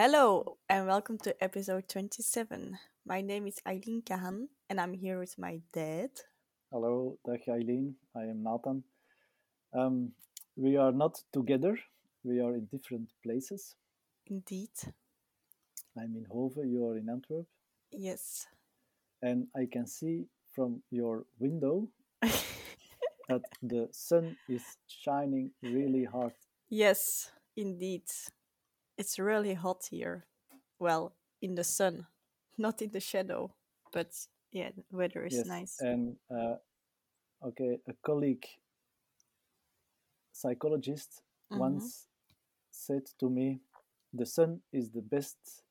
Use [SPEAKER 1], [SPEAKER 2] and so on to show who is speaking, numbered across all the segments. [SPEAKER 1] Hello, and welcome to episode 27. My name is Eileen Kahan, and I'm here with my dad.
[SPEAKER 2] Hello, dag Eileen. I am Nathan. Um, we are not together. We are in different places.
[SPEAKER 1] Indeed.
[SPEAKER 2] I'm in Hove, you are in Antwerp.
[SPEAKER 1] Yes.
[SPEAKER 2] And I can see from your window that the sun is shining really hard.
[SPEAKER 1] Yes, indeed. It's really hot here. Well, in the sun, not in the shadow, but yeah, the weather is nice.
[SPEAKER 2] And uh, okay, a colleague psychologist
[SPEAKER 1] Mhm.
[SPEAKER 2] once said to me, "The sun is the best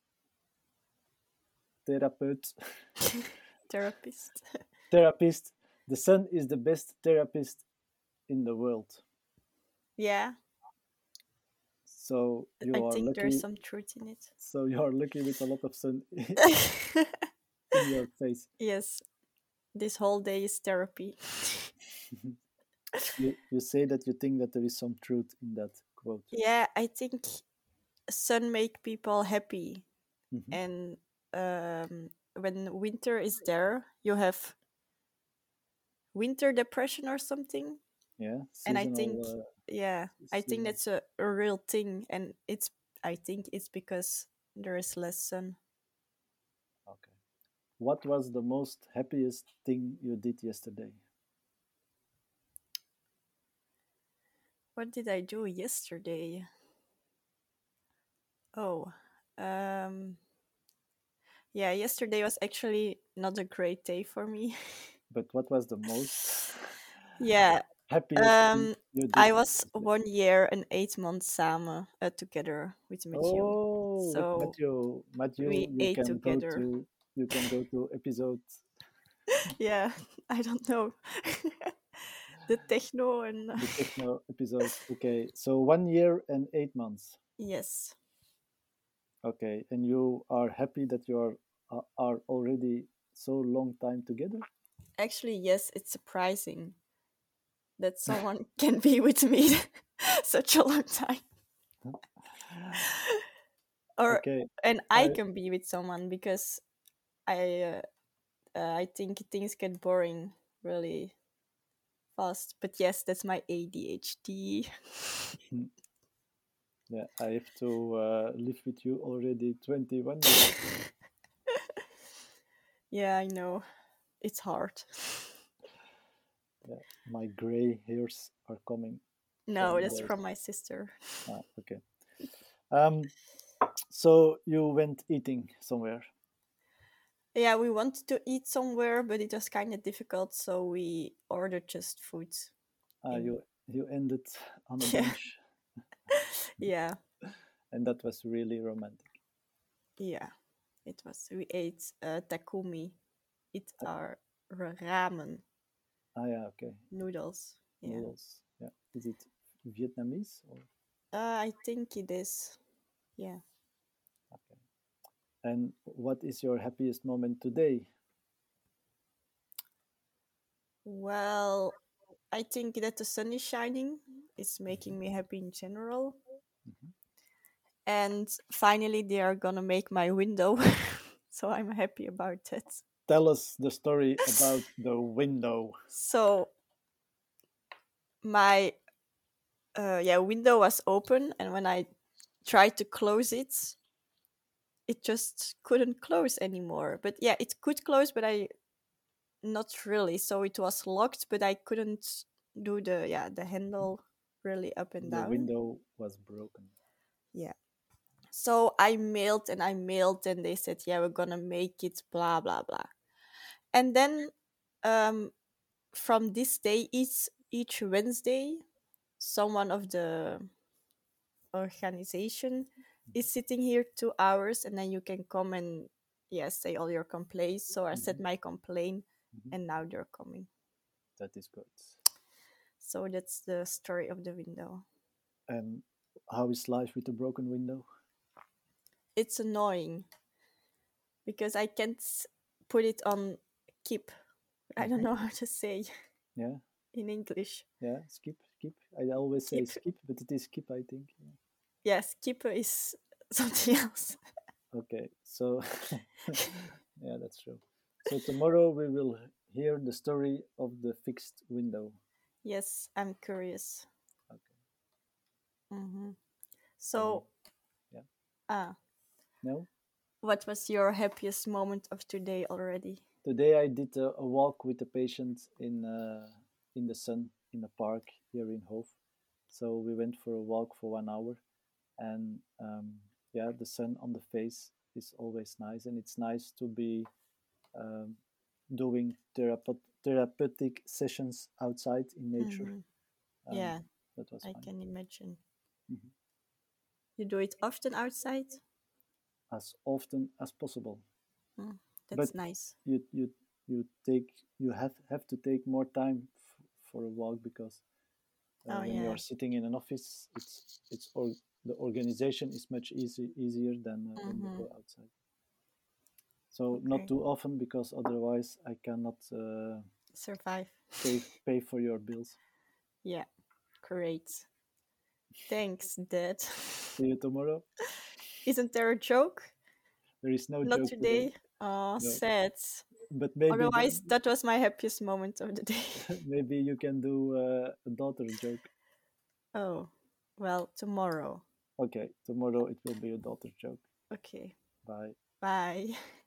[SPEAKER 2] therapist.
[SPEAKER 1] Therapist.
[SPEAKER 2] therapist. The sun is the best therapist in the world."
[SPEAKER 1] yeah,
[SPEAKER 2] So you
[SPEAKER 1] I
[SPEAKER 2] are
[SPEAKER 1] think
[SPEAKER 2] lucky.
[SPEAKER 1] there's some truth in
[SPEAKER 2] So you are lucky with a lot of sun in
[SPEAKER 1] it.
[SPEAKER 2] your face.
[SPEAKER 1] yes, this whole day is therapy.
[SPEAKER 2] You, you say that you think that there is some truth in that quote.
[SPEAKER 1] yeah, I think sun make people happy
[SPEAKER 2] Mhm.
[SPEAKER 1] and um, when winter is there, you have winter depression or something.
[SPEAKER 2] Yeah,
[SPEAKER 1] and I
[SPEAKER 2] seasonal,
[SPEAKER 1] think-
[SPEAKER 2] uh,
[SPEAKER 1] Yeah, I think
[SPEAKER 2] seasonal-
[SPEAKER 1] that's a, a real thing, and it's I think it's because there is less sun.
[SPEAKER 2] Okay. What was the most happiest thing you did yesterday?
[SPEAKER 1] What did I do yesterday? Oh, um, yeah, yesterday was actually not a great day for me.
[SPEAKER 2] But what was the most
[SPEAKER 1] yeah,
[SPEAKER 2] happiest thing
[SPEAKER 1] um,
[SPEAKER 2] you did?
[SPEAKER 1] I was
[SPEAKER 2] yesterday?
[SPEAKER 1] one year and eight months samen uh, together with Mathieu.
[SPEAKER 2] Oh, with
[SPEAKER 1] So
[SPEAKER 2] Matthew, Matthew,
[SPEAKER 1] we
[SPEAKER 2] you
[SPEAKER 1] ate
[SPEAKER 2] can
[SPEAKER 1] together.
[SPEAKER 2] go to you can go to episode.
[SPEAKER 1] yeah, I don't know. the techno and
[SPEAKER 2] The techno episode. Okay, so one year and eight months.
[SPEAKER 1] yes,
[SPEAKER 2] Okay, and you are happy that you are uh, are already so long time together.
[SPEAKER 1] actually yes, it's surprising that someone can be with me such a long time. Or
[SPEAKER 2] Okay,
[SPEAKER 1] and I
[SPEAKER 2] I-
[SPEAKER 1] can be with someone because I uh, uh, I think things get boring really fast. But yes, that's my ADHD.
[SPEAKER 2] yeah, I have to uh, live with you already twenty one years.
[SPEAKER 1] yeah, I know. It's hard.
[SPEAKER 2] My gray hairs are coming.
[SPEAKER 1] No,
[SPEAKER 2] From
[SPEAKER 1] that's
[SPEAKER 2] the-
[SPEAKER 1] from my sister.
[SPEAKER 2] Ah, okay. Um, so you went eating somewhere.
[SPEAKER 1] Yeah, we wanted to eat somewhere, but it was kind of difficult, so we ordered just food.
[SPEAKER 2] Ah,
[SPEAKER 1] In-
[SPEAKER 2] you you ended on a
[SPEAKER 1] Yeah.
[SPEAKER 2] bench,
[SPEAKER 1] Yeah,
[SPEAKER 2] and that was really romantic.
[SPEAKER 1] yeah, it was. We ate uh, takumi. It are ra- ramen
[SPEAKER 2] Ah, yeah, okay.
[SPEAKER 1] noodles. Yeah,
[SPEAKER 2] Noodles. Yeah. Is it Vietnamese or?
[SPEAKER 1] uh, I think it is. Yeah.
[SPEAKER 2] Okay. And what is your happiest moment today?
[SPEAKER 1] Well, I think that the sun is shining. It's making me happy in general.
[SPEAKER 2] Mhm.
[SPEAKER 1] And finally, they are gonna make my window, so I'm happy about that.
[SPEAKER 2] Tell us the story about the window.
[SPEAKER 1] So my uh, yeah window was open, and when I tried to close it, it just couldn't close anymore. But yeah, it could close, but I not really. So it was locked, but I couldn't do the yeah the handle really up and
[SPEAKER 2] The
[SPEAKER 1] down.
[SPEAKER 2] window was broken.
[SPEAKER 1] So I mailed and I mailed, and they said, yeah, we're gonna make it, blah blah blah. And then um, from this day, each each Wednesday, someone of the organization is sitting here two hours, and then you can come and yeah, say all your complaints. So I said
[SPEAKER 2] Mhm.
[SPEAKER 1] my complaint,
[SPEAKER 2] Mhm.
[SPEAKER 1] and now they're coming.
[SPEAKER 2] That is good.
[SPEAKER 1] So that's the story of the window.
[SPEAKER 2] And how is life with a broken window?
[SPEAKER 1] It's annoying because I can't put it on keep. I don't
[SPEAKER 2] Mhm.
[SPEAKER 1] know how to say
[SPEAKER 2] Yeah,
[SPEAKER 1] in English.
[SPEAKER 2] yeah. Skip, skip. I always say
[SPEAKER 1] Skip.
[SPEAKER 2] skip, but it is skip, I think.
[SPEAKER 1] Yes, keep is something else.
[SPEAKER 2] Okay, so yeah, that's true. So tomorrow we will hear the story of the fixed window.
[SPEAKER 1] Yes, I'm curious.
[SPEAKER 2] Okay.
[SPEAKER 1] hmm So,
[SPEAKER 2] yeah.
[SPEAKER 1] ah,
[SPEAKER 2] No,
[SPEAKER 1] what was your happiest moment of today already?
[SPEAKER 2] today I did a, a walk with a patient in uh, in the sun in a park here in Hove. So we went for a walk for one hour, and um, yeah, the sun on the face is always nice, and it's nice to be um, doing therapeut- therapeutic sessions outside in nature.
[SPEAKER 1] Mhm.
[SPEAKER 2] Um,
[SPEAKER 1] yeah,
[SPEAKER 2] that was
[SPEAKER 1] I
[SPEAKER 2] fun.
[SPEAKER 1] can imagine.
[SPEAKER 2] Mhm.
[SPEAKER 1] You do it often outside.
[SPEAKER 2] as often as possible.
[SPEAKER 1] That's
[SPEAKER 2] But-
[SPEAKER 1] nice.
[SPEAKER 2] you you you take you have have to take more time f- for a walk because uh,
[SPEAKER 1] Oh,
[SPEAKER 2] when
[SPEAKER 1] yeah.
[SPEAKER 2] you're sitting in an office it's it's or the organization is much easy, easier than uh, when
[SPEAKER 1] Mhm.
[SPEAKER 2] you go outside so not
[SPEAKER 1] Okay.
[SPEAKER 2] too often because otherwise i cannot uh,
[SPEAKER 1] Survive.
[SPEAKER 2] pay pay for your bills
[SPEAKER 1] Yeah, great. Thanks, Dad.
[SPEAKER 2] see you tomorrow
[SPEAKER 1] Isn't there a joke?
[SPEAKER 2] there is no
[SPEAKER 1] Not
[SPEAKER 2] joke
[SPEAKER 1] today. Oh,
[SPEAKER 2] No.
[SPEAKER 1] sad.
[SPEAKER 2] but maybe the-
[SPEAKER 1] Otherwise, that was my happiest moment of the day.
[SPEAKER 2] maybe you can do uh, a daughter joke
[SPEAKER 1] oh, well, tomorrow.
[SPEAKER 2] okay tomorrow it will be a daughter joke
[SPEAKER 1] Okay,
[SPEAKER 2] bye
[SPEAKER 1] bye.